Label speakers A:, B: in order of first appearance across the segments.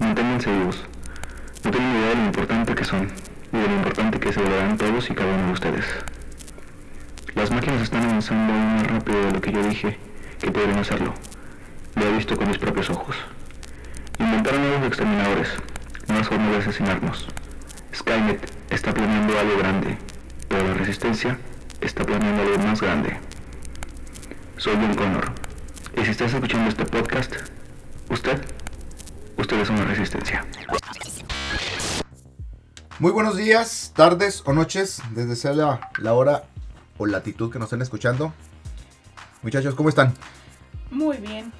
A: manténganse vivos. No tienen idea de lo importante que son y de lo importante que se lo dan todos y cada uno de ustedes. Las máquinas están avanzando aún más rápido de lo que yo dije que podrían hacerlo. Lo he visto con mis propios ojos. Inventaron nuevos exterminadores, nuevas formas de asesinarnos. Skynet está planeando algo grande, pero la resistencia está planeando algo más grande. Soy John Connor, y si estás escuchando este podcast, usted, usted es una resistencia.
B: Muy buenos días, tardes o noches, desde sea la, la hora o latitud que nos estén escuchando. Muchachos, ¿cómo están?
C: Muy bien,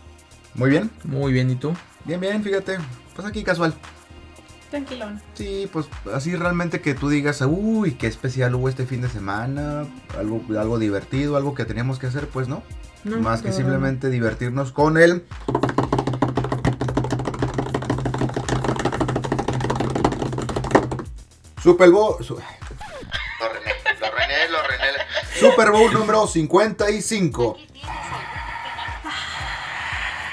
B: ¿Muy bien?
D: Muy bien, ¿y tú?
B: Bien, bien, fíjate. Pues aquí casual.
C: tranquilón.
B: Sí, pues así realmente que tú digas, uy, qué especial hubo este fin de semana, algo, algo divertido, algo que teníamos que hacer, pues no. Más que simplemente divertirnos con el... Super Bowl... su-
E: Lo René, lo René, lo René.
B: Super Bowl número 55. Ah,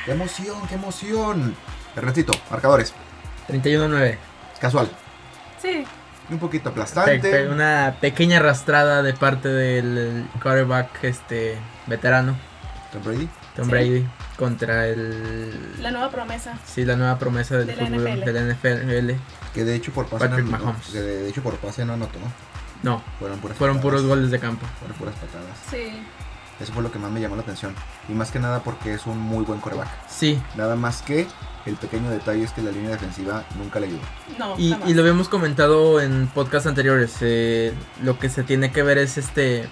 B: ¡Qué emoción, qué emoción! Ernestito, marcadores.
D: 31-9.
B: Casual.
C: Sí,
B: Un poquito
D: Pe-
B: aplastante.
D: pe- Una pequeña arrastrada de parte del quarterback este, veterano,
B: Tom Brady.
D: Tom
C: Sí.
D: Brady, contra el...
C: la nueva promesa.
D: Sí, la nueva promesa del
C: De la
D: fútbol,
C: NFL.
D: de la NFL.
B: Que de hecho por pase
D: Patrick
B: no, no-
D: Mahomes.
B: que de de hecho por pase no anotó.
D: No,
B: Fueron puras
D: fueron
B: patadas.
D: puros goles de campo.
B: Fueron puras patadas.
C: Sí,
B: Eso fue lo que más me llamó la atención. Y más que nada porque es un muy buen coreback.
D: Sí,
B: Nada más que el pequeño detalle es que la línea defensiva nunca le ayudó.
C: no,
D: y,
C: jamás.
D: y lo habíamos comentado en podcasts anteriores. eh, lo que se tiene que ver es este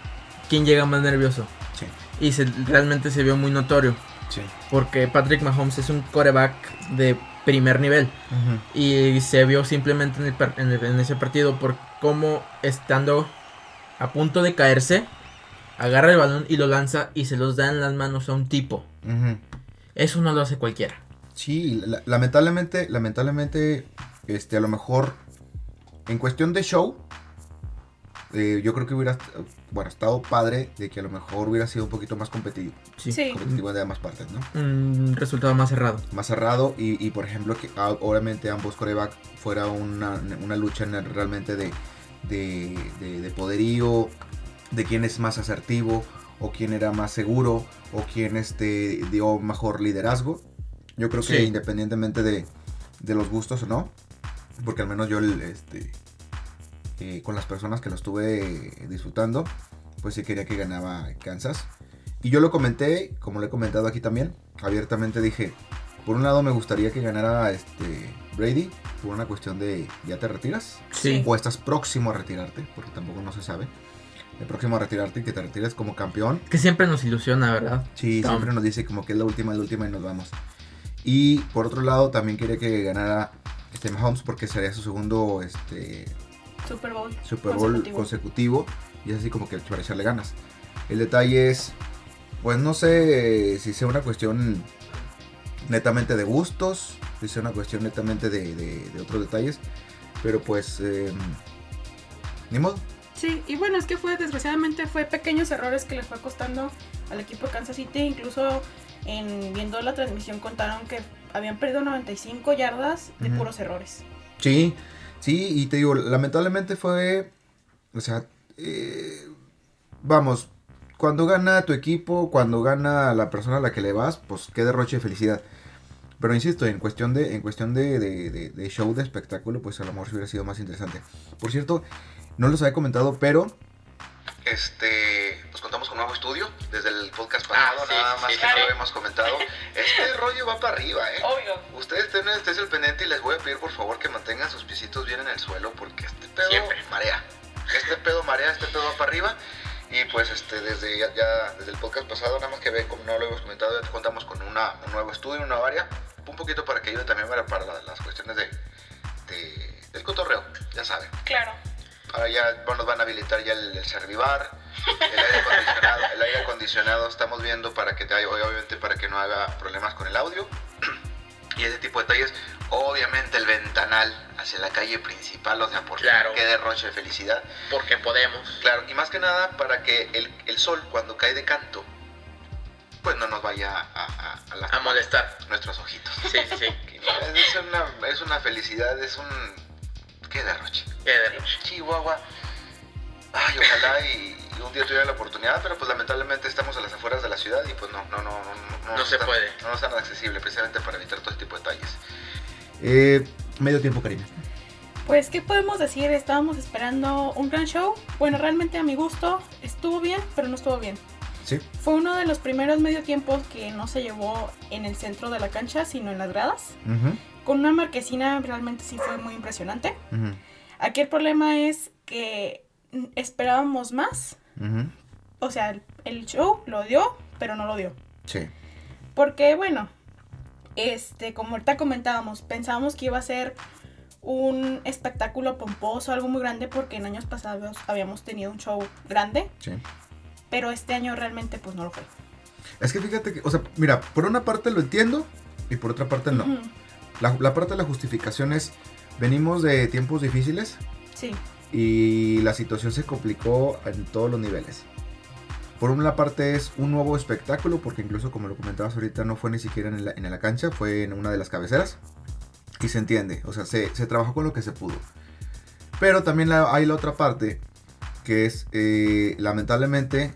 D: quién llega más nervioso.
B: Sí.
D: Y se- realmente se vio muy notorio.
B: Sí.
D: Porque Patrick Mahomes es un coreback de primer nivel. Y se vio simplemente en, el par- en el- en ese partido por cómo estando a punto de caerse, agarra el balón y lo lanza y se los da en las manos a un tipo.
B: Ujú.
D: Eso no lo hace cualquiera.
B: Sí, la- lamentablemente, lamentablemente, este, a lo mejor, en cuestión de show, eh, yo creo que hubiera, bueno, estado padre de que a lo mejor hubiera sido un poquito más competitivo,
D: Sí.
C: Sí.
B: competitivo de ambas partes, ¿no?
D: Un resultado más cerrado.
B: Más cerrado y, y, por ejemplo, que a- obviamente ambos coreback fuera una, una lucha en el- realmente de, de, de- de poderío, de quién es más asertivo, o quién era más seguro, o quién este, dio mejor liderazgo. Yo creo que
D: Sí.
B: independientemente de, de los gustos o no, porque al menos yo el, este, eh, con las personas que lo estuve disfrutando, pues sí quería que ganaba Kansas. Y yo lo comenté, como lo he comentado aquí también, abiertamente dije, por un lado me gustaría que ganara este Brady, por una cuestión de ya te retiras,
D: Sí.
B: o estás próximo a retirarte, porque tampoco no se sabe. El próximo a retirarte y que te retires como campeón.
D: Que siempre nos ilusiona, ¿verdad?
B: Sí,
D: Tom.
B: siempre nos dice como que es la última, es la última y nos vamos. Y por otro lado, también quería que ganara este Mahomes porque sería su segundo este,
C: Super Bowl.
B: Super Bowl consecutivo. y es así como que para echarle ganas. El detalle es, pues no sé si sea una cuestión netamente de gustos, si sea una cuestión netamente de, de- de otros detalles, pero pues eh, ni modo.
C: Sí, y bueno, es que fue, desgraciadamente, fue pequeños errores que les fue costando al equipo de Kansas City. Incluso en viendo la transmisión contaron que habían perdido 95 yardas de
B: Ujú.
C: puros errores.
B: Sí, sí, y te digo, lamentablemente fue, o sea, eh, vamos, cuando gana tu equipo, cuando gana la persona a la que le vas, pues qué derroche de felicidad. Pero insisto, en cuestión de, en cuestión de, de- de- de show, de espectáculo, pues a lo mejor sí hubiera sido más interesante. Por cierto, no los había comentado, pero este, pues contamos con un nuevo estudio desde el podcast pasado,
E: Ah, sí,
B: nada más
E: sí,
B: que
E: sí.
B: no lo hemos comentado. Este rollo va para arriba, ¿eh?
C: Obvio.
B: Ustedes estén, estén al pendiente y les voy a pedir por favor que mantengan sus pisitos bien en el suelo porque este pedo
E: Siempre.
B: marea. Este pedo marea, este pedo va para arriba. Y pues este desde ya, ya- desde el podcast pasado, nada más que ve, como no lo hemos comentado, ya contamos con una, un nuevo estudio, una área, un poquito para que ayude también para, para la- las cuestiones de, de- del cotorreo, ya saben.
C: Claro.
B: Ahora ya bueno, nos van a habilitar ya el, el servivar, el aire acondicionado, el aire acondicionado estamos viendo para que te- obviamente para que no haga problemas con el audio y ese tipo de detalles. Obviamente el ventanal hacia la calle principal, o sea, por
E: Claro.
B: qué derroche de felicidad.
E: Porque podemos.
B: Claro, y más que nada para que el, el sol cuando cae de canto, pues no nos vaya a, a, a
E: A
B: lastimar
E: molestar.
B: nuestros ojitos.
E: Sí, sí, sí.
B: Que
E: Es una, es una felicidad, es un. ¿Qué derroche?
F: Qué derroche.
E: Chihuahua. Ay, ojalá y, y un día tuviera la oportunidad, pero pues lamentablemente estamos a las afueras de la ciudad y pues no, no, no, no,
F: No se
E: está-
F: puede.
E: No es tan accesible, precisamente para evitar todo este tipo de detalles.
B: Eh, medio tiempo, Karina.
C: Pues, ¿qué podemos decir? Estábamos esperando un gran show. Bueno, realmente a mi gusto estuvo bien, pero no estuvo bien.
B: Sí.
C: Fue uno de los primeros medio tiempos que no se llevó en el centro de la cancha, sino en las gradas.
B: Ujú,
C: Con una marquesina realmente sí fue muy impresionante.
B: ujú,
C: Aquí el problema es que mm, esperábamos más.
B: ujú.
C: O sea, el, el show lo dio, pero no lo dio.
B: Sí.
C: Porque, bueno, este, como ahorita comentábamos, pensábamos que iba a ser un espectáculo pomposo, algo muy grande, porque en años pasados habíamos tenido un show grande,
B: Sí.
C: pero este año realmente pues no lo fue.
B: Es que fíjate que, o sea, mira, por una parte lo entiendo y por otra parte no.
C: Ujú,
B: La, la parte de la justificación es, venimos de tiempos difíciles
C: Sí,
B: y la situación se complicó en todos los niveles. Por una parte es un nuevo espectáculo, porque incluso como lo comentabas ahorita, no fue ni siquiera en la, en la cancha, fue en una de las cabeceras. Y se entiende, o sea, se, se trabajó con lo que se pudo. Pero también la- hay la otra parte, que es, eh, lamentablemente,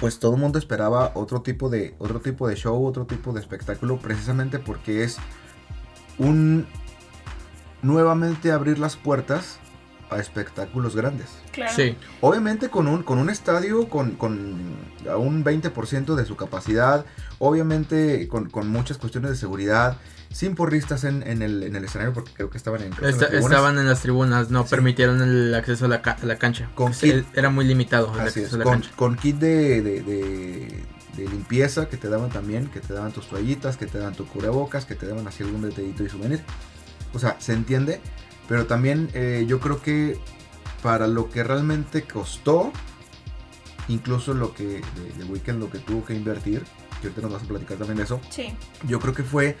B: pues todo el mundo esperaba otro tipo, de, otro tipo de show, otro tipo de espectáculo, precisamente porque es un... Nuevamente abrir las puertas a espectáculos grandes.
C: claro.
D: Sí,
B: Obviamente con un, con un estadio con, con a un 20% de su capacidad, obviamente con, con muchas cuestiones de seguridad, sin porristas en, en el, en el escenario porque creo que estaban en... creo que en las
D: Esta-
B: tribunas.
D: estaban en las tribunas, no
B: Sí.
D: permitieron el acceso a la, ca- a la cancha.
B: Con
D: Se-
B: kit.
D: era muy limitado el
B: Así
D: acceso
B: es,
D: a la
B: con,
D: cancha.
B: con kit de, de- de- de limpieza que te daban también, que te daban tus toallitas, que te daban tu cubrebocas, que te daban así algún detallito y souvenir. O sea, se entiende, pero también eh, yo creo que para lo que realmente costó, incluso lo que de, de Weekend, lo que tuvo que invertir, que ahorita nos vas a platicar también de eso,
C: Sí,
B: yo creo que fue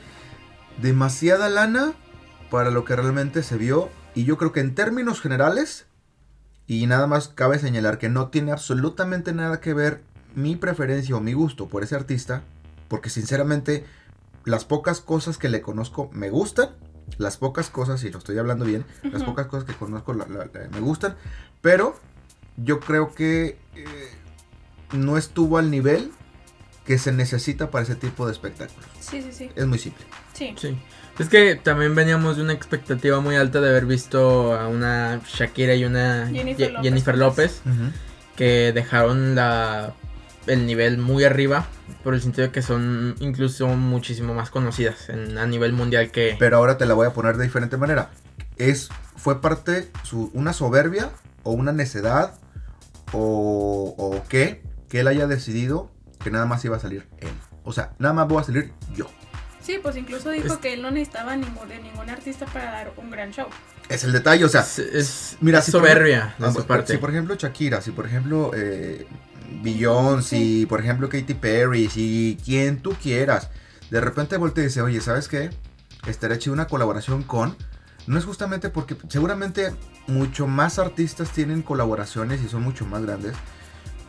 B: demasiada lana para lo que realmente se vio. Y yo creo que en términos generales, y nada más cabe señalar que no tiene absolutamente nada que ver mi preferencia o mi gusto por ese artista, porque sinceramente las pocas cosas que le conozco me gustan, las pocas cosas, y lo estoy hablando bien, las
C: Ujú.
B: pocas cosas que conozco la- la- la- me gustan, pero yo creo que eh, no estuvo al nivel que se necesita para ese tipo de espectáculos.
C: sí, sí, sí.
B: Es muy simple.
C: sí.
D: Sí. Es que también veníamos de una expectativa muy alta de haber visto a una Shakira y una
C: Jennifer
D: Ye-
C: López.
D: Jennifer López. que dejaron la, el nivel muy arriba por el sentido de que son incluso muchísimo más conocidas en- a nivel mundial que...
B: Pero ahora te la voy a poner de diferente manera. Es, fue parte, su, una soberbia o una necedad o, o qué, que él haya decidido que nada más iba a salir él. O sea, nada más voy a salir yo.
C: Sí, pues incluso dijo
D: Es-
C: que él no necesitaba ningún, de ningún artista para dar un gran show.
B: Es el detalle, o sea,
D: es, es-
B: mira,
D: es
B: si por
D: soberbia de
B: Ah,
D: su
B: por-
D: parte.
B: Si por ejemplo Shakira, si por ejemplo eh, Beyoncé, si por ejemplo Katy Perry, si quien tú quieras, de repente voltea y dice, oye, ¿sabes qué? Estaré hecho una colaboración con... No es justamente porque seguramente mucho más artistas tienen colaboraciones y son mucho más grandes.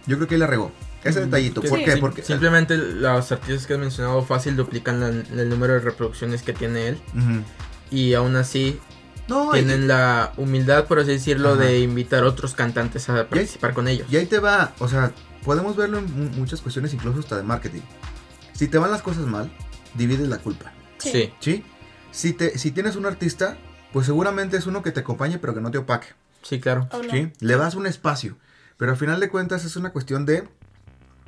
B: Yo creo que ahí la regó. Ese
D: Mm,
B: detallito.
D: que
B: ¿Por
D: sí,
B: qué?
D: sí,
B: Porque...
D: Simplemente los artistas que he mencionado fácil duplican la- el número de reproducciones que tiene él
B: Ujú.
D: y aún así
B: No, y-
D: tienen la humildad, por así decirlo,
B: Ajá.
D: de invitar a otros cantantes a participar con ellos.
B: Y ahí te va, o sea, podemos verlo en mu- muchas cuestiones, incluso hasta de marketing. Si te van las cosas mal, divides la culpa.
C: Sí.
D: Sí,
B: ¿Sí? Si, te, si tienes un artista, pues seguramente es uno que te acompañe pero que no te opaque.
D: sí, claro.
C: Hola.
B: ¿sí? Le das un espacio. Pero al final de cuentas es una cuestión de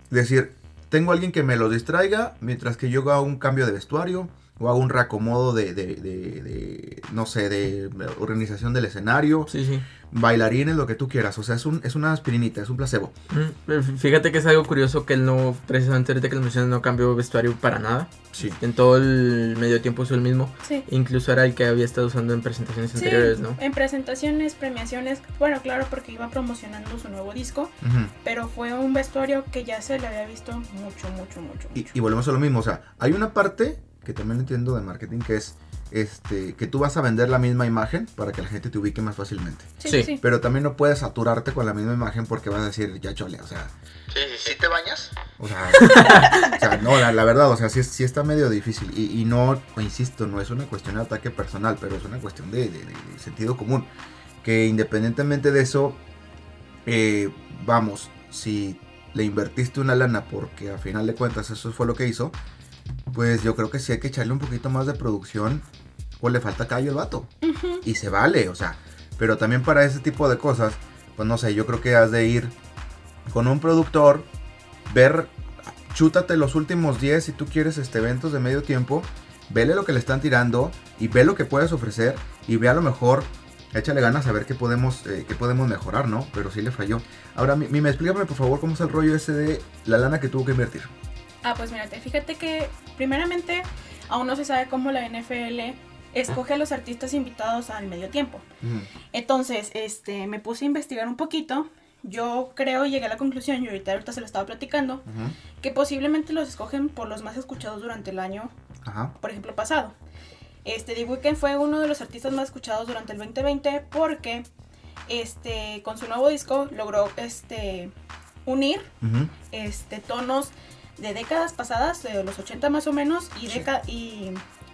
B: decir, tengo alguien que me lo distraiga mientras que yo hago un cambio de vestuario o hago un reacomodo de, de- de- de, no sé, de organización del escenario,
D: Sí, sí.
B: bailarines, lo que tú quieras. O sea, es, un, es una aspirinita, es un placebo.
D: Mm, eh, Fíjate que es algo curioso que él no, precisamente ahorita que lo mencionas, no cambió vestuario para nada.
B: Sí.
D: En todo el medio tiempo usó el mismo.
C: Sí.
D: Incluso era el que había estado usando en presentaciones
C: Sí,
D: anteriores, ¿no?
C: en presentaciones, premiaciones, bueno, claro, porque iba promocionando su nuevo disco,
B: Ujú.
C: pero fue un vestuario que ya se le había visto mucho, mucho, mucho,
B: Y,
C: mucho.
B: y volvemos a lo mismo, o sea, hay una parte que también entiendo de marketing que es este que tú vas a vender la misma imagen para que la gente te ubique más fácilmente.
C: Sí,
D: Sí.
C: sí.
B: Pero también no puedes saturarte con la misma imagen porque vas a decir, ya chole, o sea,
F: Sí, sí,
E: ¿Sí te bañas?
B: O sea, o sea, no, la, la verdad, o sea, sí, es- sí está medio difícil. Y, y no, pues, insisto, no es una cuestión de ataque personal, pero es una cuestión de, de- de sentido común. Que independientemente de eso, eh, vamos, si le invertiste una lana porque a final de cuentas eso fue lo que hizo, pues yo creo que sí hay que echarle un poquito más de producción o le falta callo al vato.
C: Ujú.
B: Y se vale, o sea, pero también para ese tipo de cosas, pues no sé, yo creo que has de ir con un productor, ver, chútate los últimos 10 si tú quieres este, eventos de medio tiempo, vele lo que le están tirando y ve lo que puedes ofrecer y ve a lo mejor, échale ganas a ver qué podemos, eh, qué podemos mejorar, ¿no? Pero sí le falló. Ahora, mi, mi- me explícame por favor cómo es el rollo ese de la lana que tuvo que invertir.
C: Ah, pues mírate, fíjate que primeramente aún no se sabe cómo la NFL escoge a los artistas invitados al medio tiempo. Entonces, este, me puse a investigar un poquito. Yo creo y llegué a la conclusión, y ahorita, ahorita se lo estaba platicando,
B: Ujú.
C: que posiblemente los escogen por los más escuchados durante el año,
B: Ajá.
C: por ejemplo, pasado. Este, The Weeknd fue uno de los artistas más escuchados durante el 2020 porque este, con su nuevo disco logró este, unir
B: Ujú.
C: este, tonos de décadas pasadas, de los 80 más o menos, y, deca- y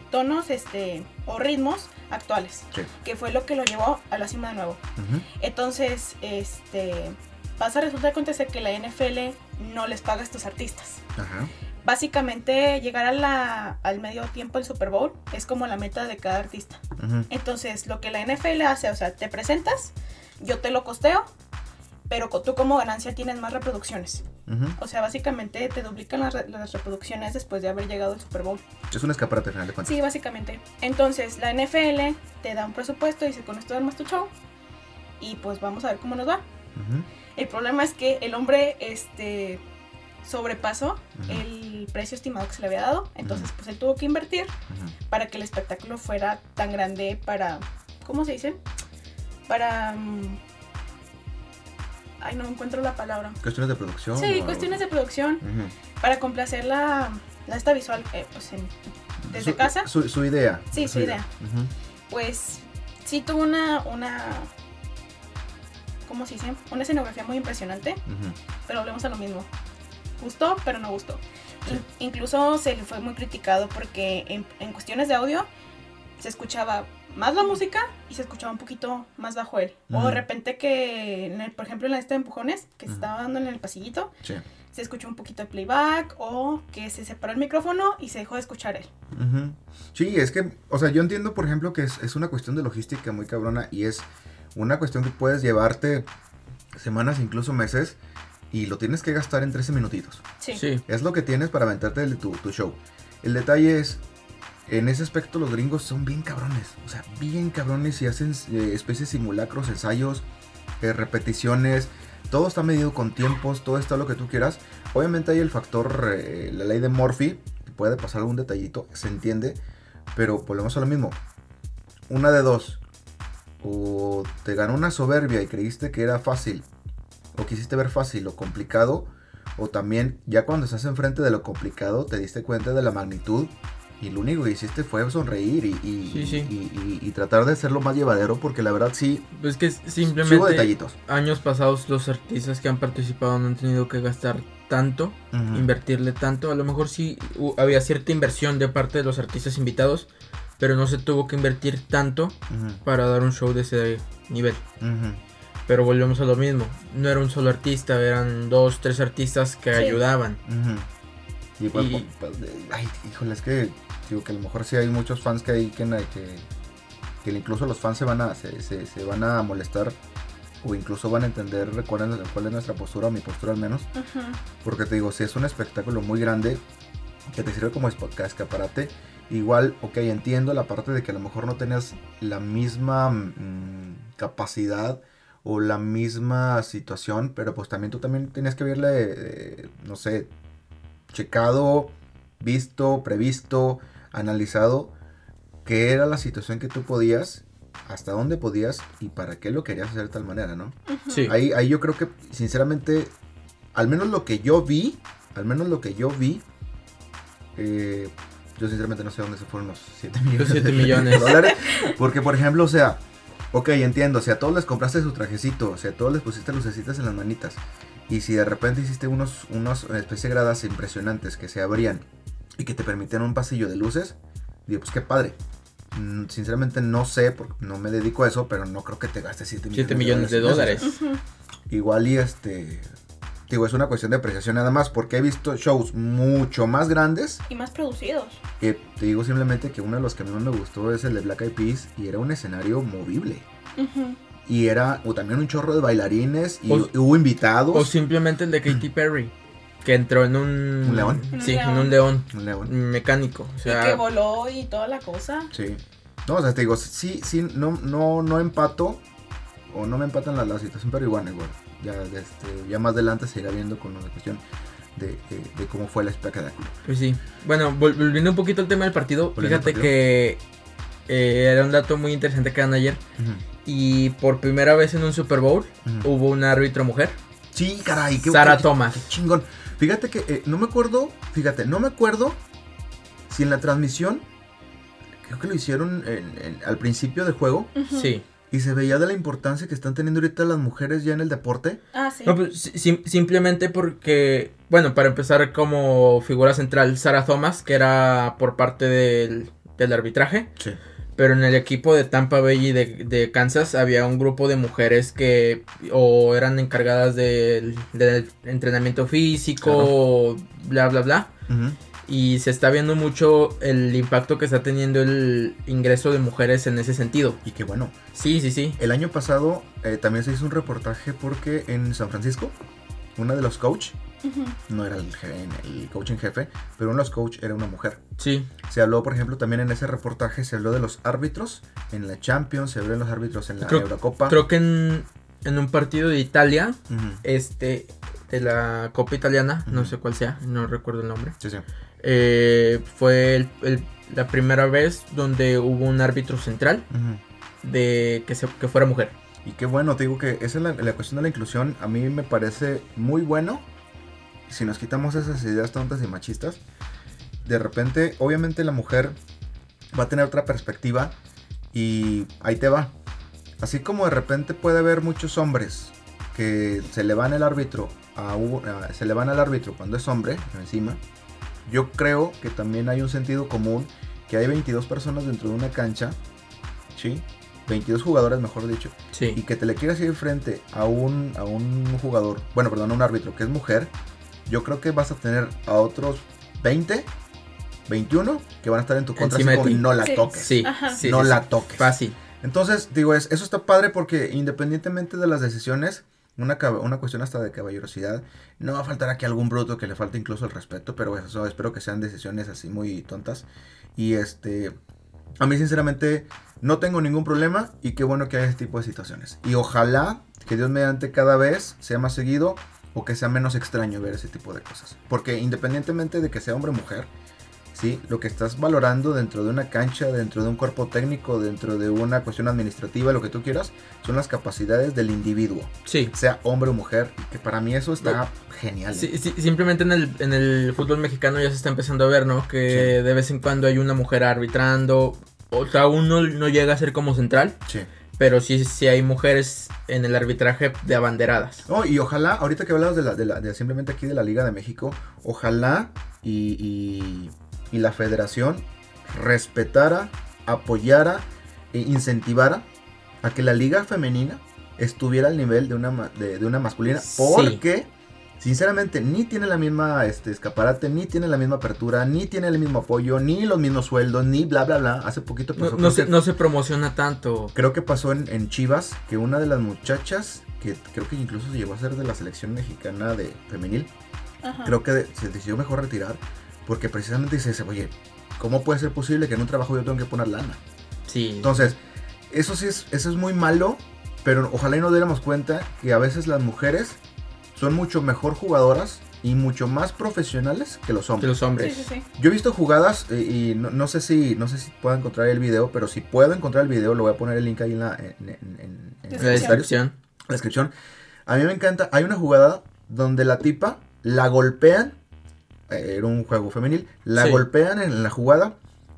C: tonos este, o ritmos actuales,
B: Sí.
C: que fue lo que lo llevó a la cima de nuevo.
B: Ujú.
C: Entonces, este, pasa, resulta acontecer que la NFL no les paga a estos artistas.
B: Ajá.
C: Básicamente, llegar a la- al medio tiempo del Super Bowl es como la meta de cada artista.
B: Ujú.
C: Entonces, lo que la NFL hace, o sea, te presentas, yo te lo costeo, pero co- tú como ganancia tienes más reproducciones.
B: Ujú.
C: O sea, básicamente te duplican las, re- las reproducciones después de haber llegado al Super Bowl.
B: Es un escaparate al final de cuentas.
C: Sí, básicamente. Entonces, la NFL te da un presupuesto y dice, con esto armas tu show. Y pues vamos a ver cómo nos va.
B: Ujú.
C: El problema es que el hombre este, sobrepasó
B: Ujú.
C: el precio estimado que se le había dado. Entonces, pues él tuvo que invertir
B: Ujú.
C: para que el espectáculo fuera tan grande para... ¿Cómo se dice? Para... mm, Ay, no encuentro la palabra.
B: Cuestiones de producción.
C: Sí,
B: o-
C: cuestiones de producción
B: Ujú.
C: para complacer la, la esta visual, eh, pues, en- desde
B: Su-
C: casa,
B: Su, su idea.
C: Sí, su idea.
B: Ujú.
C: pues sí tuvo una, una, ¿cómo se dice? Una escenografía muy impresionante,
B: Ujú.
C: pero volvemos a lo mismo. Gustó, pero no gustó. In- incluso se le fue muy criticado porque en, en cuestiones de audio se escuchaba más la música y se escuchaba un poquito más bajo él. O
B: Ujú.
C: de repente que, en el- por ejemplo, en la lista de empujones que se
B: Ujú.
C: estaba dando en el pasillito,
B: Sí.
C: se escuchó un poquito de playback o que se separó el micrófono y se dejó de escuchar él.
B: Ujú. Sí, es que, o sea, yo entiendo, por ejemplo, que es, es una cuestión de logística muy cabrona y es una cuestión que puedes llevarte semanas, incluso meses, y lo tienes que gastar en 13 minutitos.
C: Sí.
D: Sí.
B: Es lo que tienes para aventarte el- tu, tu show. El detalle es, en ese aspecto los gringos son bien cabrones, o sea, bien cabrones y hacen eh, especies de simulacros, ensayos, eh, repeticiones, todo está medido con tiempos, todo está lo que tú quieras. Obviamente hay el factor, eh, la ley de Murphy, que puede pasar algún detallito, se entiende, pero volvemos a lo mismo. Una de dos, o te ganó una soberbia y creíste que era fácil, o quisiste ver fácil o complicado, o también ya cuando estás enfrente de lo complicado te diste cuenta de la magnitud y lo único que hiciste fue sonreír y, y-
D: Sí, sí.
B: y- y- y tratar de hacerlo más llevadero porque la verdad sí,
D: Pues que
B: hubo
D: simplemente
B: detallitos.
D: años pasados los artistas que han participado no han tenido que gastar tanto,
B: Ujú.
D: invertirle tanto. A lo mejor sí hu- había cierta inversión de parte de los artistas invitados, pero no se tuvo que invertir tanto
B: Ujú.
D: para dar un show de ese nivel.
B: Ujú.
D: Pero volvemos a lo mismo, no era un solo artista, eran dos, tres artistas que
C: Sí.
D: ayudaban.
B: Ujú. Y, pues,
D: Y-
B: pues, eh, ay, híjole, es que digo que a lo mejor sí hay muchos fans que hay que, na- que, que incluso los fans se van a se, se- se van a molestar o incluso van a entender cuál es, cuál es nuestra postura, o mi postura al menos,
C: Ujú.
B: porque te digo, si es un espectáculo muy grande que te sirve como espa- escaparate, igual, ok, entiendo la parte de que a lo mejor no tenías la misma mm, capacidad o la misma situación, pero pues también tú también tenías que verle, eh, no sé, checado, visto, previsto, analizado, qué era la situación que tú podías, hasta dónde podías y para qué lo querías hacer de tal manera, ¿no?
D: Sí,
B: Ahí, ahí yo creo que, sinceramente, al menos lo que yo vi, al menos lo que yo vi, eh, yo sinceramente no sé dónde se fueron los 7 millones,
D: Los siete
B: de- de
D: millones.
B: dólares. Porque, por ejemplo, o sea, ok, entiendo, o sea, a todos les compraste su trajecito, o sea, a todos les pusiste lucecitas en las manitas. Y si de repente hiciste unos, unos especie de gradas impresionantes que se abrían y que te permitían un pasillo de luces, digo, pues qué padre. Mm, Sinceramente no sé, porque no me dedico a eso, pero no creo que te gastes 7 millones,
D: Siete millones de
B: en eso,
D: dólares.
C: Ujú.
B: o sea, Igual y este... Digo, es una cuestión de apreciación nada más, porque he visto shows mucho más grandes
C: Y más producidos.
B: eh, te digo simplemente que uno de los que a mí más me gustó es el de Black Eyed Peas y era un escenario movible.
C: Ujú.
B: Y era o también un chorro de bailarines y,
D: O-
B: y hubo invitados.
D: O simplemente el de Katy Perry, que entró en un...
B: ¿Un león?
D: Sí,
C: Un león.
D: en un león
B: Un león.
D: mecánico. O
C: y que
D: sea,
C: voló y toda la cosa.
B: Sí. No, o sea, te digo, sí, sí, no, no, no empato o no me empatan la, la situación, pero igual, igual. Ya, este, ya más adelante se irá viendo con la cuestión de, de- de cómo fue el espectáculo.
D: pues sí. Bueno, vol- volviendo un poquito al tema del partido,
B: Volviendo al
D: fíjate
B: partido.
D: que eh, era un dato muy interesante que dan ayer.
B: Ujú,
D: Y por primera vez en un Super Bowl
B: ujú.
D: hubo un árbitro mujer.
B: Sí, caray, qué
D: Sara
B: qué-
D: Thomas.
B: qué chingón. Fíjate que eh, no me acuerdo, fíjate, no me acuerdo si en la transmisión, creo que lo hicieron en- en- al principio del juego,
C: Ujú.
D: Sí.
B: y se veía de la importancia que están teniendo ahorita las mujeres ya en el deporte.
C: Ah, sí.
D: No, pues, si- sim- simplemente porque, bueno, para empezar como figura central, Sara Thomas, que era por parte del, del arbitraje,
B: Sí.
D: pero en el equipo de Tampa Bay y de, de Kansas había un grupo de mujeres que o eran encargadas del, del entrenamiento físico,
B: Claro.
D: o bla, bla, bla. Y se está viendo mucho el impacto que está teniendo el ingreso de mujeres en ese sentido.
B: Y que bueno,
D: Sí, sí, sí.
B: el año pasado eh, también se hizo un reportaje porque en San Francisco, una de los coach,
C: Ujú.
B: no era el, je- el coach en jefe, pero uno de los coach era una mujer.
D: Sí.
B: Se habló, por ejemplo, también en ese reportaje, se habló de los árbitros en la Champions, se habló de los árbitros en la
D: Creo-
B: Eurocopa.
D: Creo que en, en un partido de Italia,
B: Ujú.
D: este, de la Copa Italiana, no
B: Ujú.
D: sé cuál sea, no recuerdo el nombre,
B: Sí, sí.
D: eh, fue el- el- la primera vez donde hubo un árbitro central
B: Ujú.
D: de que, se, que fuera mujer.
B: Y qué bueno, te digo que esa es la, la cuestión de la inclusión. A mí me parece muy bueno. Si nos quitamos esas ideas tontas y machistas, de repente, obviamente la mujer va a tener otra perspectiva y ahí te va. Así como de repente puede haber muchos hombres que se le van el árbitro a, u- a- se le van al árbitro cuando es hombre encima. Yo creo que también hay un sentido común que hay 22 personas dentro de una cancha, sí, 22 jugadores, mejor dicho, y
D: Sí.
B: que te le quieras ir frente a un, a un jugador, bueno, perdón, a un árbitro que es mujer, yo creo que vas a tener a otros 20, 21 que van a estar en tu contra
D: Encima
B: así
D: de
B: como,
D: ti.
B: no la
C: Sí.
B: toques.
D: Sí,
C: Ajá.
D: sí,
B: no
D: sí,
B: la
D: sí.
B: toques.
D: Fácil.
B: Entonces, digo, es, eso está padre porque independientemente de las decisiones, una, cab- una cuestión hasta de caballerosidad, no va a faltar aquí algún bruto que le falte incluso el respeto, pero eso espero que sean decisiones así muy tontas. Y este, a mí sinceramente no tengo ningún problema y qué bueno que haya este tipo de situaciones. Y ojalá que Dios mediante cada vez sea más seguido o que sea menos extraño ver ese tipo de cosas. Porque independientemente de que sea hombre o mujer, ¿sí? Lo que estás valorando dentro de una cancha, dentro de un cuerpo técnico, dentro de una cuestión administrativa, lo que tú quieras, son las capacidades del individuo,
D: Sí.
B: sea hombre o mujer, y que para mí eso está genial. ¿eh?
D: Sí, sí, simplemente en el, en el fútbol mexicano ya se está empezando a ver, ¿no? Que de vez en cuando hay una mujer arbitrando. O sea, uno no llega a ser como central,
B: Sí.
D: pero sí, sí hay mujeres en el arbitraje de abanderadas.
B: No, y ojalá, ahorita que hablabas de, la, de, la- de simplemente aquí de la Liga de México, ojalá y, y- y la federación respetara, apoyara e incentivara a que la liga femenina estuviera al nivel de una, ma- de, de una masculina.
D: Sí.
B: Porque, sinceramente, ni tiene la misma este, escaparate, ni tiene la misma apertura, ni tiene el mismo apoyo, ni los mismos sueldos, ni bla, bla, bla. Hace poquito
D: No,
B: pasó
D: no
B: creo
D: se,
B: que-
D: no se promociona tanto.
B: Creo que pasó en, en Chivas que una de las muchachas, que creo que incluso se llegó a ser de la selección mexicana de femenil,
C: Ajá.
B: creo que de- se decidió mejor retirar porque precisamente dice, oye, ¿cómo puede ser posible que en un trabajo yo tenga que poner lana?
D: Sí.
B: Entonces, eso sí es, eso es muy malo, pero ojalá y nos diéramos cuenta que a veces las mujeres son mucho mejor jugadoras y mucho más profesionales que los
D: que
B: hombres.
D: los
C: Sí,
D: hombres.
C: sí, sí.
B: Yo he visto jugadas eh, y no, no sé si no sé si puedo encontrar el video, pero si puedo encontrar el video, lo voy a poner el link ahí en la, en, en- en- en- en los
D: La
C: Descripción.
B: comentarios, en
D: descripción.
B: la descripción. A mí me encanta. Hay una jugada donde la tipa la golpean. eh, Era un juego femenil. La
D: Sí.
B: golpean en la jugada.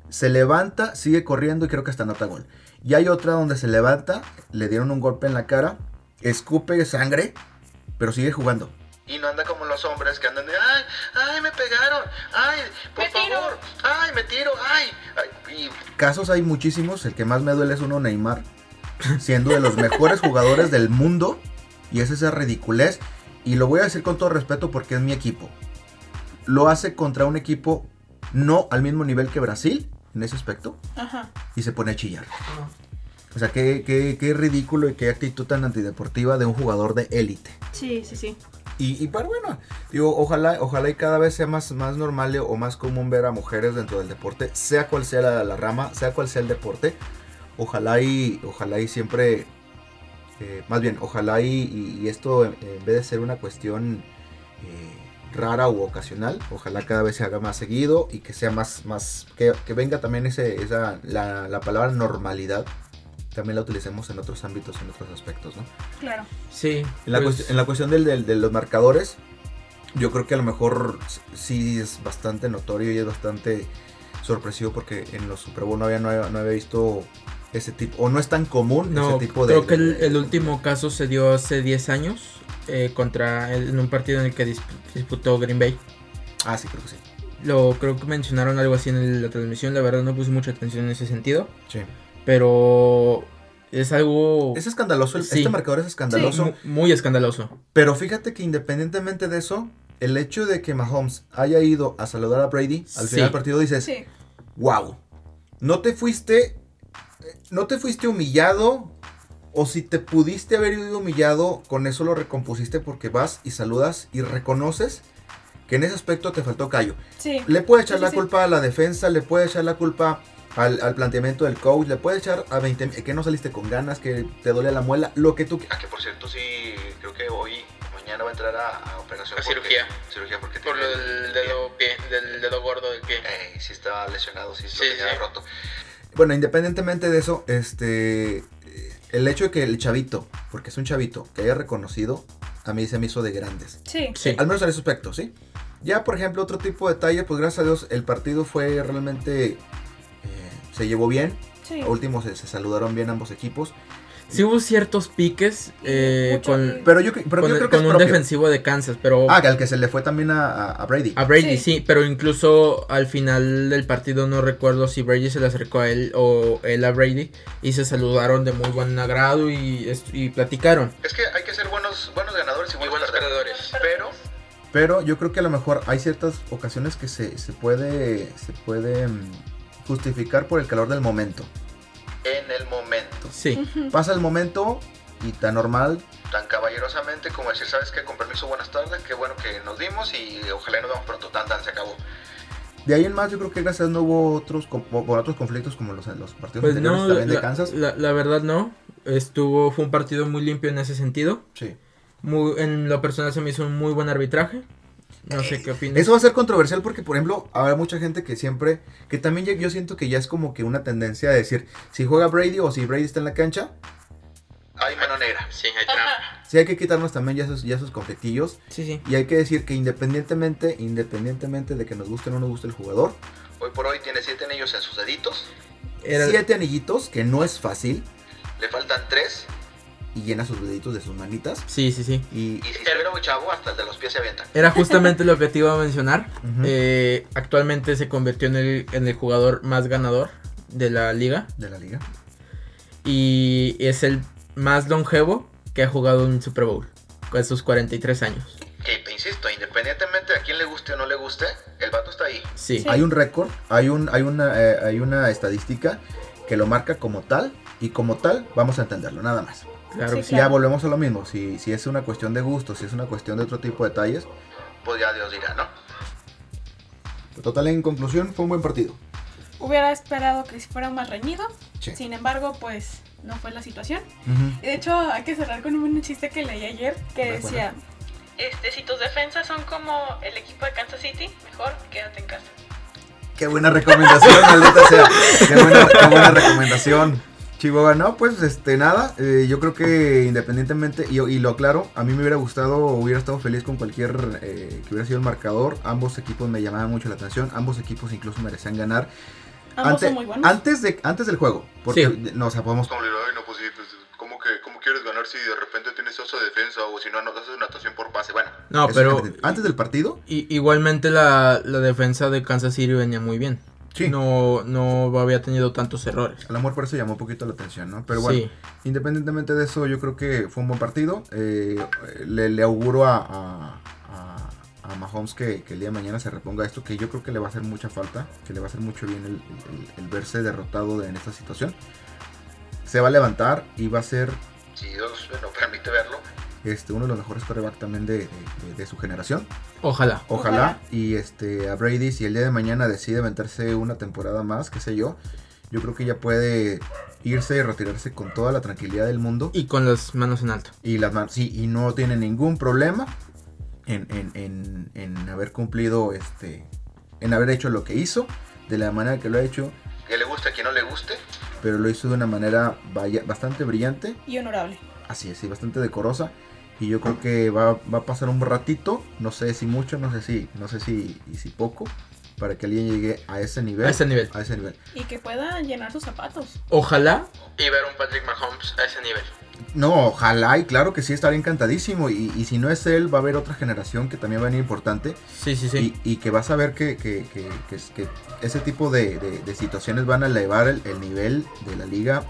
B: Se levanta, sigue corriendo y creo que hasta anota gol. Y hay otra donde se levanta, le dieron un golpe en la cara, escupe sangre, pero sigue jugando.
E: Y no anda como los hombres que andan de, ay, ay, me pegaron, ay, por
C: Me tiro.
E: favor, ay, me tiro, ay. ay", y
B: Casos hay muchísimos. El que más me duele es uno Neymar, siendo de los mejores jugadores del mundo. Y es esa ridiculez. Y lo voy a decir con todo respeto porque es mi equipo. Lo hace contra un equipo no al mismo nivel que Brasil, en ese aspecto.
C: Ajá.
B: Y se pone a chillar.
D: No.
B: O sea, qué, qué- qué ridículo y qué actitud tan antideportiva de un jugador de élite.
C: Sí, sí, sí.
B: Y, y pero bueno, digo, ojalá, ojalá y cada vez sea más, más normal o más común ver a mujeres dentro del deporte, sea cual sea la, la rama, sea cual sea el deporte. Ojalá y, ojalá y siempre, eh, más bien, ojalá y, y- y esto en, en vez de ser una cuestión eh, rara u ocasional, ojalá cada vez se haga más seguido y que sea más, más, que, que venga también ese, esa, la, la palabra normalidad, también la utilicemos en otros ámbitos, en otros aspectos, ¿no?
C: Claro.
D: Sí.
B: En la,
D: pues,
B: cuest- en la cuestión del, del- de los marcadores, yo creo que a lo mejor s- sí es bastante notorio y es bastante sorpresivo porque en los Super Bowl no había, no había, no había visto ese tipo, o no es tan común
D: no,
B: ese tipo de...
D: creo que el,
B: de-
D: el último caso se dio hace 10 años eh, contra el- en un partido en el que dis- disputó Green Bay.
B: Ah, sí, creo que sí.
D: Lo creo que mencionaron algo así en el- la transmisión, la verdad no puse mucha atención en ese sentido,
B: Sí.
D: pero es algo
B: Es escandaloso, el-
D: Sí. Mm.
B: este marcador es escandaloso,
D: mu- muy escandaloso.
B: pero fíjate que independientemente de eso, el hecho de que Mahomes haya ido a saludar a Brady al
D: Sí.
B: final del partido dices,
C: Sí.
B: wow, no te fuiste, no te fuiste humillado, o si te pudiste haber ido humillado, con eso lo recompusiste porque vas y saludas y reconoces que en ese aspecto te faltó callo.
C: Sí.
B: Le puede echar
C: Sí, sí,
B: la
C: sí.
B: culpa a la defensa, le puede echar la culpa al, al planteamiento del coach, le puede echar a 20 que no saliste con ganas, que te duele la muela, lo que tú
E: Ah, que por cierto, sí, creo que hoy, mañana va a entrar a, a operación.
F: A
E: porque-
F: cirugía.
E: Cirugía porque
F: Por lo
E: tiene
F: del
E: el
F: dedo, pie, del dedo gordo del pie.
E: pie. Ey, sí Eh, estaba lesionado, sí,
F: Sí,
E: lo tenía
F: sí.
E: roto.
B: Bueno, independientemente de eso, este. eh, El hecho de que el chavito, porque es un chavito, que haya reconocido, a mí se me hizo de grandes.
C: Sí.
D: Sí.
B: Al menos en ese aspecto, ¿sí? Ya, por ejemplo, otro tipo de detalle, pues gracias a Dios, el partido fue realmente. eh, se llevó bien.
C: Sí.
B: A último se, se saludaron bien ambos equipos.
D: Sí hubo ciertos piques eh,
C: Mucho
D: con,
B: Pero yo, cre- pero
D: con
B: yo
D: el-
B: creo que es
D: con un
B: propio.
D: defensivo de Kansas, pero
B: Ah, que al que se le fue también a, a- a Brady.
D: a Brady
C: Sí.
D: sí. pero incluso al final del partido no recuerdo si Brady se le acercó a él o él a Brady y se saludaron de muy buen agrado y, est- y platicaron.
E: Es que hay que ser buenos, buenos ganadores y
F: Muy
E: buenos,
F: buenos perdedores.
E: Pero
B: Pero yo creo que a lo mejor hay ciertas ocasiones que se, se puede. Se puede mm, justificar por el calor del momento.
E: en el momento,
D: Sí,
C: Ujú.
B: Pasa el momento y tan normal.
E: tan caballerosamente como decir, ¿sabes qué? Con permiso, buenas tardes, qué bueno que nos dimos y ojalá nos vemos pronto. Tan, tan, se acabó.
B: De ahí en más, yo creo que gracias a Dios no hubo otros, com- o- por otros conflictos como los, los partidos
D: pues
B: anteriores
D: no,
B: también de
D: la,
B: Kansas.
D: la- la verdad no, estuvo, fue un partido muy limpio en ese sentido,
B: Sí.
D: muy, en lo personal se me hizo un muy buen arbitraje, no
C: Eh,
D: sé qué opinas.
B: Eso va a ser controversial porque, por ejemplo, habrá mucha gente que siempre, que también ya- yo siento que ya es como que una tendencia de decir, si juega Brady o si Brady está en la cancha,
E: Ay, mano negra.
F: Sí, hay trampa.
B: sí hay que quitarnos también ya esos, ya esos conflictillos
D: Sí, sí.
B: y hay que decir que independientemente, independientemente de que nos guste o no nos guste el jugador,
E: Hoy por hoy tiene siete anillos en sus deditos,
D: Era-
B: siete anillitos, que no es fácil,
E: le faltan tres
B: y llena sus deditos de sus manitas
D: sí, sí, sí.
B: y...
E: y si se ve muy chavo, hasta el de los pies se avienta.
D: Era justamente lo que te iba a mencionar.
B: Ujú.
D: Eh, actualmente se convirtió en el, en el jugador más ganador de la liga
B: De la liga.
D: y es el más longevo que ha jugado un Super Bowl con sus 43 años.
E: Que te insisto, independientemente de a quién le guste o no le guste, el vato está ahí.
D: Sí,
C: Sí.
B: Hay un récord, hay, un, hay, una, eh, hay una estadística que lo marca como tal y como tal vamos a entenderlo, nada más.
D: claro
C: Sí,
D: que sí.
B: Ya
C: Claro.
B: volvemos a lo mismo, si, si es una cuestión de gusto, si es una cuestión de otro tipo de detalles.
E: Pues ya Dios dirá, ¿no?
B: Total, en conclusión, fue un buen partido.
C: Hubiera esperado que si fuera más reñido.
B: Sí.
C: Sin embargo, pues no fue la situación. Y de hecho, hay que cerrar con un chiste que leí ayer que
B: Recuerda.
C: decía: este, Si tus defensas son como el equipo de Kansas City, mejor quédate en casa.
B: Qué buena recomendación, maldita sea. Qué buena, qué buena recomendación. Chihuahua, no, pues este, nada, eh, yo creo que independientemente, y, y lo aclaro, a mí me hubiera gustado, hubiera estado feliz con cualquier eh, que hubiera sido el marcador, ambos equipos me llamaban mucho la atención, ambos equipos incluso merecían ganar,
C: Ambos
B: Ante-
C: son muy buenos.
B: Antes, de, antes del juego. Porque
D: Sí.
B: no, o sea, podemos.
E: Ay, no, pues sí, pues, ¿cómo, que, ¿cómo quieres ganar ver si de repente tienes oso de defensa o si no, no haces natación por pase. Bueno,
D: No,
B: Eso
D: pero
B: antes, antes del partido,
D: i- igualmente la, la defensa de Kansas City venía muy bien.
B: sí.
D: No, no había tenido tantos errores.
B: A lo mejor por eso llamó un poquito la atención, ¿no? Pero bueno,
D: Sí.
B: independientemente de eso, yo creo que fue un buen partido. Eh, le, le auguro a, a, a- a Mahomes que, que el día de mañana se reponga esto, que yo creo que le va a hacer mucha falta, que le va a hacer mucho bien el, el- el- el verse derrotado de- en esta situación. Se va a levantar y va a ser
E: si Dios me lo permite verlo.
B: este, uno de los mejores quarterback también de- de- de- de su generación.
D: Ojalá.
B: Ojalá.
C: Ojalá.
B: Y este, a Brady, si el día de mañana decide aventarse una temporada más, qué sé yo, yo creo que ya puede irse y retirarse con toda la tranquilidad del mundo. Y,
D: Y con las manos en alto.
B: las man- sí, y no tiene ningún problema en, en- en- en haber cumplido, este, en haber hecho lo que hizo, de la manera que lo ha hecho,
E: Que le guste, a quien no le guste.
B: pero lo hizo de una manera vaya- bastante brillante.
C: Y honorable.
B: Así es, sí, bastante decorosa. Y yo creo que va, va a pasar un ratito, no sé si mucho, no sé si, no sé si, y si poco, para que alguien llegue a ese nivel.
D: A ese nivel.
B: A ese nivel.
C: Y que pueda llenar sus zapatos.
D: Ojalá.
F: Y ver un Patrick Mahomes a ese nivel.
B: No, ojalá, y claro que sí, estaría encantadísimo. Y, y si no es él, va a haber otra generación que también va a venir importante.
D: Sí, sí, sí.
B: Y, y que vas a ver que, que- que- que- que ese tipo de, de- de situaciones van a elevar el, el nivel de la liga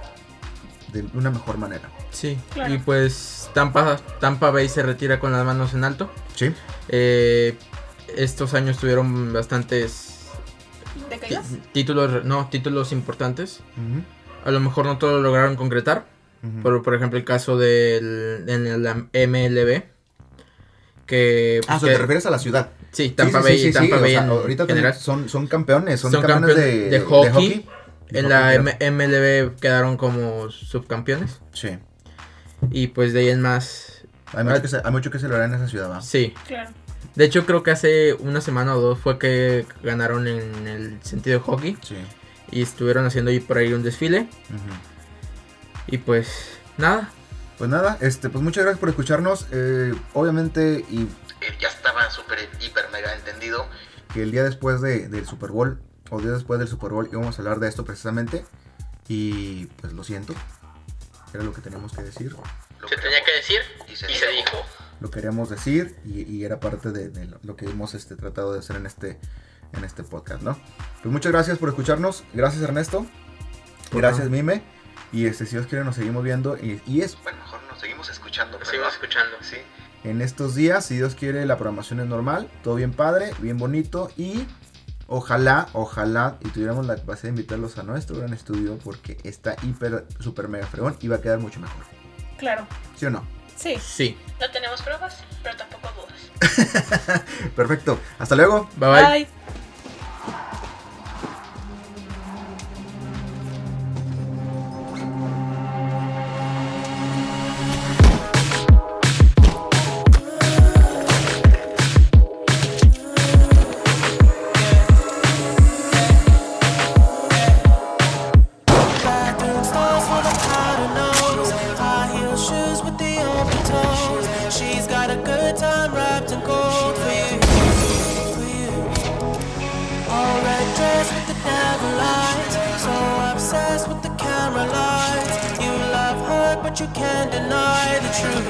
B: de una mejor manera.
D: sí.
C: Claro.
D: Y pues Tampa, Tampa Bay se retira con las manos en alto.
B: Sí,
D: Eh, estos años tuvieron bastantes
C: ¿De
D: ti-
C: caídas?
D: títulos, no, títulos importantes. A lo mejor no todos lo lograron concretar. Pero, por ejemplo, el caso del en la MLB. Que, pues,
B: Ah, o sea,
D: que-
B: te refieres a la ciudad.
D: sí, Tampa
B: Sí, sí,
D: Bay,
B: sí, sí,
D: Tampa
B: o
D: Bay
B: sea,
D: en
B: ahorita también
D: general.
B: son, son campeones, son,
D: Son
B: campeones
D: campeones
B: de,
D: de
B: de
D: hockey.
B: De
D: en
B: hockey,
D: la
B: claro.
D: M- MLB quedaron como subcampeones.
B: Sí.
D: Y pues de ahí en más.
B: Hay mucho, que se, hay mucho que celebrar en esa ciudad, ¿va?
D: Sí.
C: Claro.
D: De hecho, creo que hace una semana o dos fue que ganaron en el sentido hockey.
B: Sí.
D: Y estuvieron haciendo ahí por ahí un desfile.
B: Ujú.
D: Y pues, nada.
B: Pues nada, este, pues muchas gracias por escucharnos. eh, obviamente, y
E: Él ya estaba súper, hiper, mega entendido.
B: que el día después de- del Super Bowl, o día después del Super Bowl, íbamos a hablar de esto precisamente. Y pues lo siento. Era lo que teníamos que decir.
E: Lo
F: Se
E: queremos.
F: tenía que decir
E: Y se
F: y se
E: dijo.
F: dijo.
B: Lo queríamos decir y, y era parte de, de lo- lo que hemos este, tratado de hacer en este, en este podcast, ¿no? Pues muchas gracias por escucharnos. Gracias, Ernesto.
D: Por
B: Gracias,
D: nada.
B: Mime. Y este, si Dios quiere, nos seguimos viendo. Y, y es
E: Bueno, mejor nos seguimos escuchando.
F: Nos seguimos
E: ¿verdad?
F: escuchando.
E: Sí.
B: en estos días, si Dios quiere, la programación es normal. Todo bien padre, bien bonito. Y ojalá, ojalá, y tuviéramos la capacidad de invitarlos a nuestro gran estudio porque está hiper, super mega fregón y va a quedar mucho mejor.
C: Claro.
B: ¿Sí o no?
C: Sí.
D: Sí.
G: No tenemos pruebas, pero tampoco dudas.
B: Perfecto. Hasta luego.
D: Bye bye.
C: Bye.
H: Bathroom stalls full of powder nose. High heel shoes with the open toes. She's got a good time wrapped in gold for you. For you. All red dress with the devil eyes. So obsessed with the camera lights. You love her, but you can't deny the truth.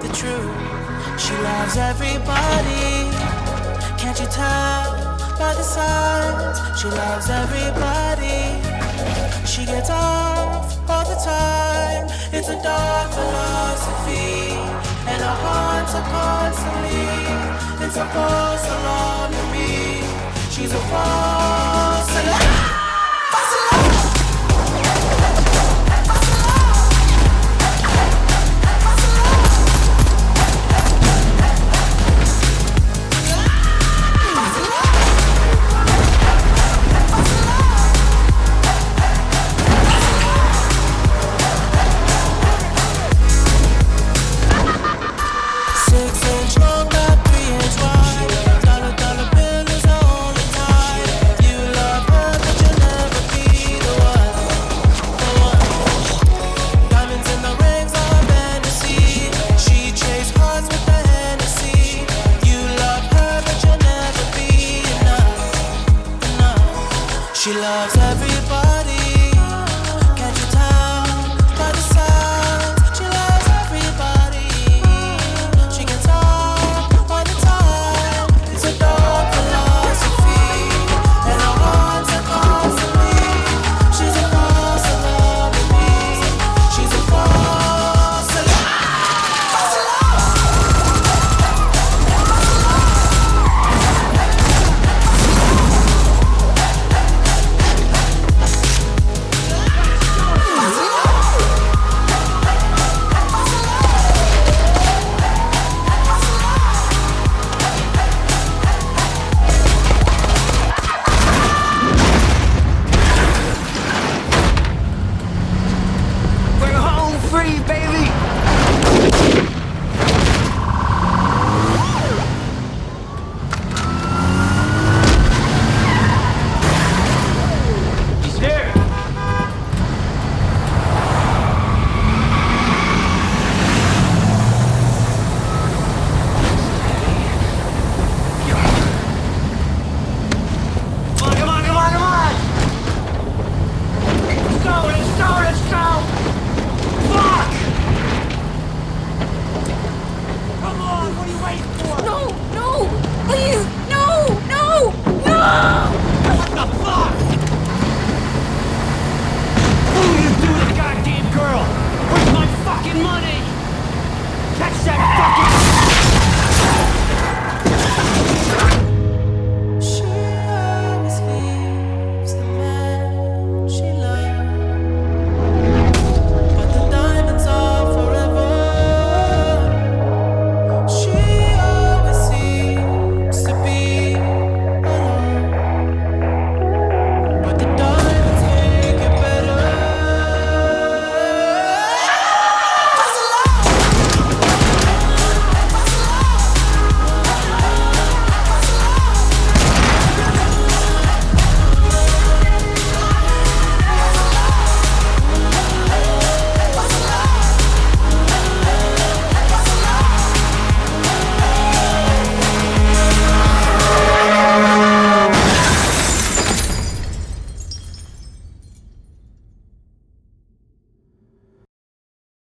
H: The truth. She loves everybody. Can't you tell by the signs? She loves everybody. She gets off all the time. It's a dark philosophy, and her hearts are constantly. It's a false alarm to me. She's a false alarm.